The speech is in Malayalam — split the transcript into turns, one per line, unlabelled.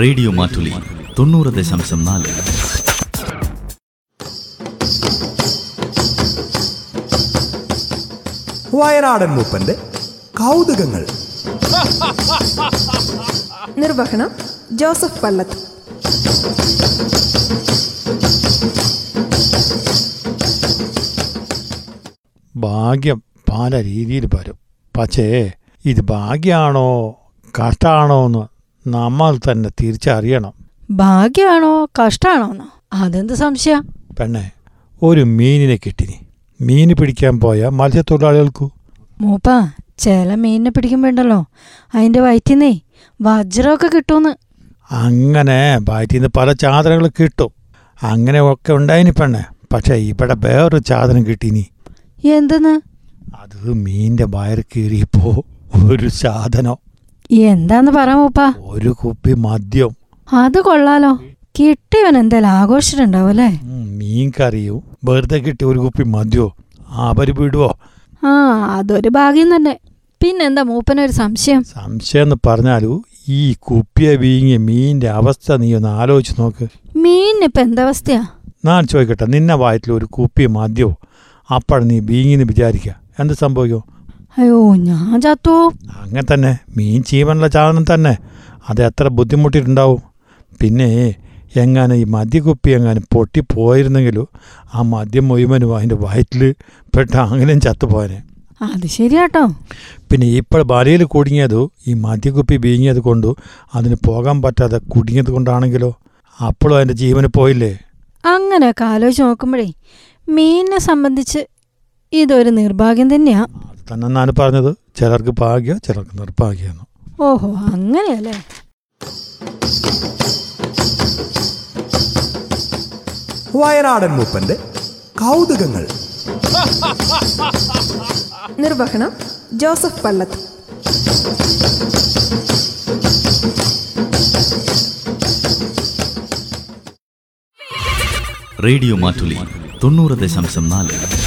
റേഡിയോ മാറ്റുലി തൊണ്ണൂറ് ദശാംശം നാല്
വയനാടൻ മൂപ്പന്റെ കൗതുകങ്ങൾ
നിർവഹണം ജോസഫ് പള്ളത്ത്
ഭാഗ്യം പല രീതിയിൽ വരും പക്ഷേ ഇത് ഭാഗ്യമാണോ കഷ്ടമാണോ എന്ന് നമ്മൾ തന്നെ തിരിച്ചറിയണം
ഭാഗ്യമാണോ കഷ്ടാണോന്നോ അതെന്ത് സംശയ
പെണ്ണെ ഒരു മീനിനെ കിട്ടിനി മീൻ പിടിക്കാൻ പോയ മത്സ്യത്തൊഴിലാളികൾക്കു
മൂപ്പ ചില മീനിനെ പിടിക്കുമ്പോണ്ടല്ലോ അതിന്റെ വയറ്റിന്നേ വജ്രമൊക്കെ കിട്ടുമെന്ന്
അങ്ങനെ വയറ്റിൽ നിന്ന് പല ചാതനകൾ കിട്ടും അങ്ങനെ ഒക്കെ ഉണ്ടായിനി പെണ്ണെ പക്ഷേ ഇവിടെ വേറൊരു ചാതനം കിട്ടിനി
എന്തെന്ന്
അത് മീനിൻ്റെ വയറ് കീറിയപ്പോ ഒരു സാധനം
എന്താന്ന് പറ മൂപ്പ
ഒരു കുപ്പി മദ്യം
അത് കൊള്ളാലോ കിട്ടിയവൻ എന്തായാലും ആഘോഷിച്ചിട്ടുണ്ടാവും അല്ലേ
ഉം, മീൻ കറിയും വെറുതെ കിട്ടിയ ഒരു കുപ്പി മദ്യമോ അവര് വിടുവോ
ആ അതൊരു ഭാഗ്യം തന്നെ പിന്നെന്താ മൂപ്പനൊരു സംശയം
സംശയം എന്ന് പറഞ്ഞാലു ഈ കുപ്പിയെ വീങ്ങിയ മീനിന്റെ അവസ്ഥ നീ ഒന്ന് ആലോചിച്ച് നോക്ക്
മീനിനിപ്പോ എന്തവസ്ഥയാ
ഞാൻ ചോദിക്കട്ടെ നിന്നെ വയറ്റിൽ ഒരു കുപ്പി മദ്യമോ അപ്പോൾ നീ വീങ്ങിന്ന് വിചാരിക്കുക എന്ത് സംഭവിക്കും
അയ്യോ ഞാൻ ചത്തോ
അങ്ങനെ തന്നെ മീൻ ജീവനുള്ള സാധനം തന്നെ അത് എത്ര ബുദ്ധിമുട്ടിയിട്ടുണ്ടാവും പിന്നെ എങ്ങനെ ഈ മദ്യക്കുപ്പി എങ്ങനെ പൊട്ടിപ്പോയിരുന്നെങ്കിലും ആ മദ്യം മുഴുവനും അതിൻ്റെ വയറ്റിൽ പെട്ട് അങ്ങനെയും ചത്തുപോയനെ
അത് ശരിയാട്ടോ
പിന്നെ ഇപ്പോൾ വലയിൽ കുടുങ്ങിയതു ഈ മദ്യക്കുപ്പി വീങ്ങിയത് കൊണ്ടു അതിന് പോകാൻ പറ്റാതെ കുടുങ്ങിയത് കൊണ്ടാണെങ്കിലോ അപ്പോഴും അതിൻ്റെ ജീവന് പോയില്ലേ
അങ്ങനെയൊക്കെ ആലോചിച്ച് നോക്കുമ്പോഴേ മീനിനെ സംബന്ധിച്ച് ഇതൊരു നിർഭാഗ്യം തന്നെയാ
അത് തന്നെ ഞാൻ പറഞ്ഞത് ചിലർക്ക് ഭാഗ്യ ചിലർക്ക് നിർഭാഗ്യെന്ന്
ഓഹോ അങ്ങനെയല്ലേ
വയനാടൻ മൂപ്പന്റെ കൗതുകങ്ങൾ
നിർവഹണം ജോസഫ് പള്ളത്ത്
റേഡിയോ മാറ്റുലി തൊണ്ണൂറ് ദശാംശം നാല്